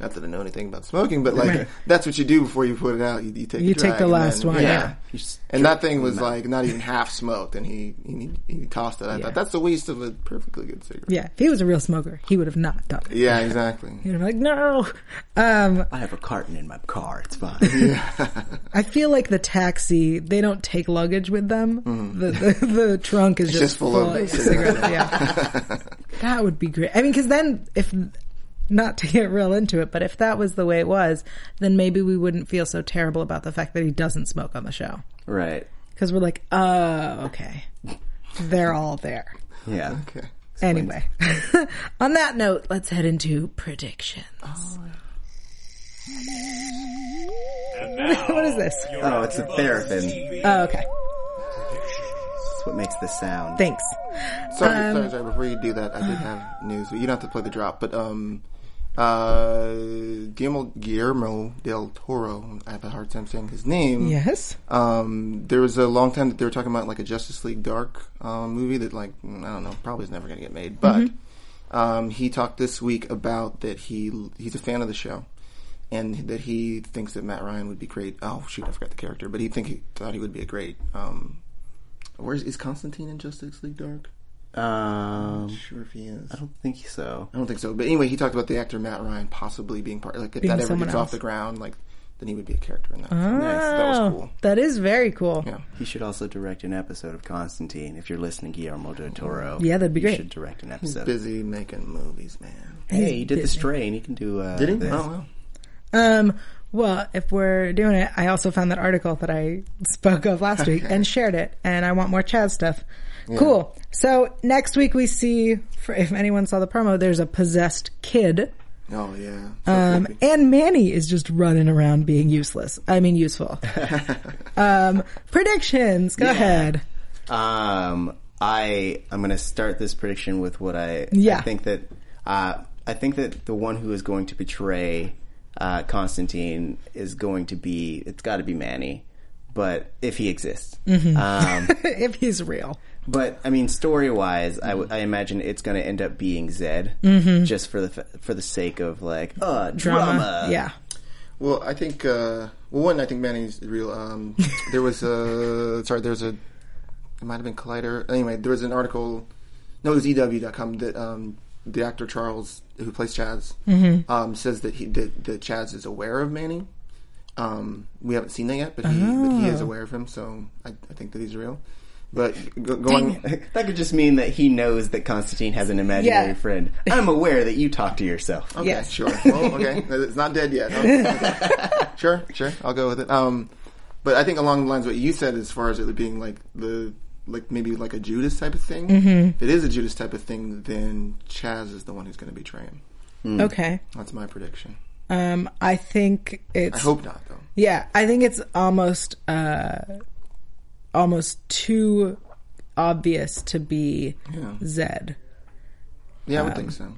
not that I know anything about smoking, but like that's what you do before you put it out. You, you take You a drag take the and last then- one, yeah. You just And that thing was like not even half smoked, and he he, he tossed it. I thought that's a waste of a perfectly good cigarette. Yeah, if he was a real smoker, he would have not done it. Yeah, exactly. He'd have been like, no. Um, I have a carton in my car. It's fine. I feel like the taxi, they don't take luggage with them. The, the, the trunk is just, Mm-hmm. just full of cigarettes. cigarettes. yeah. that would be great. I mean, because then if, not to get real into it, but if that was the way it was, then maybe we wouldn't feel so terrible about the fact that he doesn't smoke on the show. right. Because we're like, oh, okay. They're all there. Yeah. Okay. Anyway, on that note, let's head into predictions. what is this? Oh, it's a therapin. Oh, okay. That's what makes the sound. Thanks. Sorry, sorry, sorry. Before you do that, I did have news, but you don't have to play the drop. But um, uh, Guillermo, Guillermo del Toro. I have a hard time saying his name. Yes. Um, there was a long time that they were talking about like a Justice League Dark um, movie that like I don't know probably is never going to get made. But um, he talked this week about that he he's a fan of the show and that he thinks that Matt Ryan would be great. Oh shoot, I forgot the character, but he think he thought he would be a great. Um, where is, is Constantine in Justice League Dark? Um, Sure, if he is. I don't think so. I don't think so. But anyway, he talked about the actor Matt Ryan possibly being part. Like if Being that ever someone gets else. off the ground, like then he would be a character in that. Nice. That was Oh, cool. that is very cool. Yeah. He should also direct an episode of Constantine. If you're listening, Guillermo del Toro. Yeah, that'd be you great. should direct an episode. Busy making movies, man. Hey, he did The Strain. He can do. Uh, Did he? This. Oh well. Um, Well, if we're doing it, I also found that article that I spoke of last week and shared it, and I want more Chaz stuff. Cool. So next week we see, for, if anyone saw the promo, there's a possessed kid, Oh yeah. um, and Manny is just running around being useless. I mean, useful. um, predictions. Go ahead. Um, I I'm going to start this prediction with what I, Yeah. I think that uh, I think that the one who is going to betray uh, Constantine is going to be it's got to be Manny, but if he exists. Um, if he's real. but I mean, story wise, I, w- I imagine it's going to end up being Zed, just for the f- for the sake of like uh, Mm-hmm. drama. Yeah. Well, I think uh, well one I think Manny's real. Um, there was a sorry, there's a it might have been Collider. Anyway, there was an article. No, it was E EW.com that um, the actor Charles who plays Chaz um, says that he that, that Chaz is aware of Manny. Um, we haven't seen that yet, but he, but he is aware of him, so I, I think that he's real. But go, going, That could just mean that he knows that Constantine has an imaginary Yeah. friend. I'm aware that you talk to yourself. Okay, Yes. sure. Well, okay, it's not dead yet. Okay. sure, sure, I'll go with it. Um, but I think along the lines of what you said, as far as it being like the like maybe like a Judas type of thing. If it is a Judas type of thing, then Chaz is the one who's going to betray him. Mm. Okay. That's my prediction. Um, I think it's. I hope not, though. Yeah, I think it's almost uh almost too obvious to be Zed. Yeah, I would think so.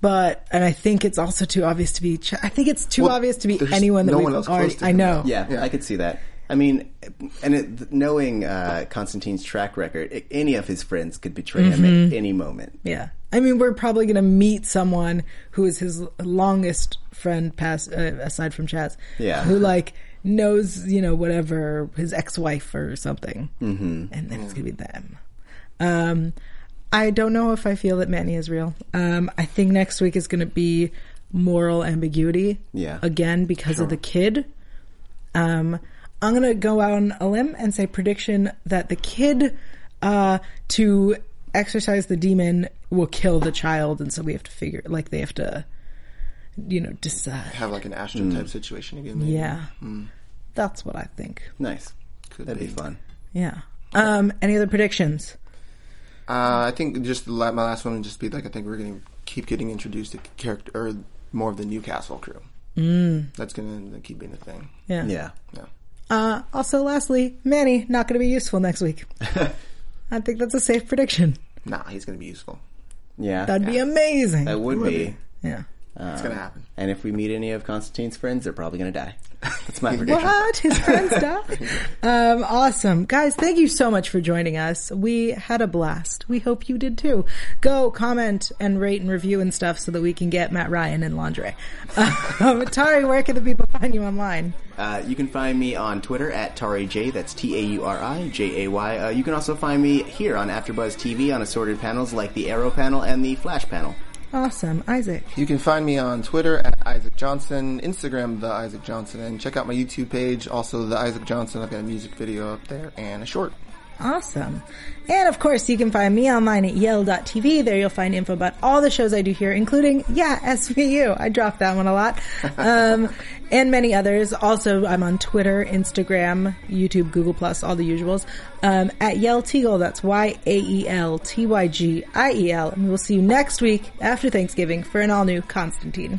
But and I think it's also too obvious to be. Ch- I think it's too Well, obvious to be there's anyone that no we've one else close already. to I him know. now. Yeah, I could see that. I mean, and it, knowing uh, Constantine's track record, i any of his friends could betray Mm-hmm. him at any moment. Yeah. I mean, we're probably going to meet someone who is his longest friend, past uh, aside from Chaz. Yeah. Who like knows, you know, whatever his ex-wife or something, mm-hmm. and then it's going to be them. Um, I don't know if I feel that Manny is real. Um, I think next week is going to be moral ambiguity. Yeah. Again, because of the kid. Um, I'm going to go out on a limb and say prediction that the kid uh, to exercise the demon will kill the child, and so we have to figure like they have to, you know, decide. Have like an Ashton type situation again. Maybe. Yeah, Hmm. that's what I think. Nice. Could That'd be be. fun. Yeah. Um, any other predictions? Uh, I think just the la- my last one would just be like I think we're going to keep getting introduced to character or more of the Newcastle crew. Mm. That's going to keep being a thing. Yeah. Yeah. Yeah. Uh, also, lastly, Manny not going to be useful next week. I think that's a safe prediction. Nah, he's going to be useful. Yeah. That'd be amazing. That would be. yeah. It's going to happen. And if we meet any of Constantine's friends, they're probably going to die. That's my prediction. What? His friends died? um, awesome. Guys, thank you so much for joining us. We had a blast. We hope you did too. Go comment and rate and review and stuff so that we can get Matt Ryan in lingerie. Um, Tari, where can the people find you online? Uh, you can find me on Twitter at Tari J. That's T A U R I J A Y. Uh, you can also find me here on AfterBuzz TV on assorted panels like the Arrow panel and the Flash panel. Awesome. Isaac. You can find me on Twitter at Isaac Johnson, Instagram the Isaac Johnson, and check out my YouTube page, also the Isaac Johnson. I've got a music video up there and a short. Awesome. And of course, you can find me online at yell.tv. There you'll find info about all the shows I do here, including, yeah, SVU. I drop that one a lot. Um, and many others. Also, I'm on Twitter, Instagram, YouTube, Google Plus, all the usuals. Um, at Yell Teagle. That's E Y-A-E-L-T-Y-G-I-E-L. E And we'll see you next week after Thanksgiving for an all new Constantine.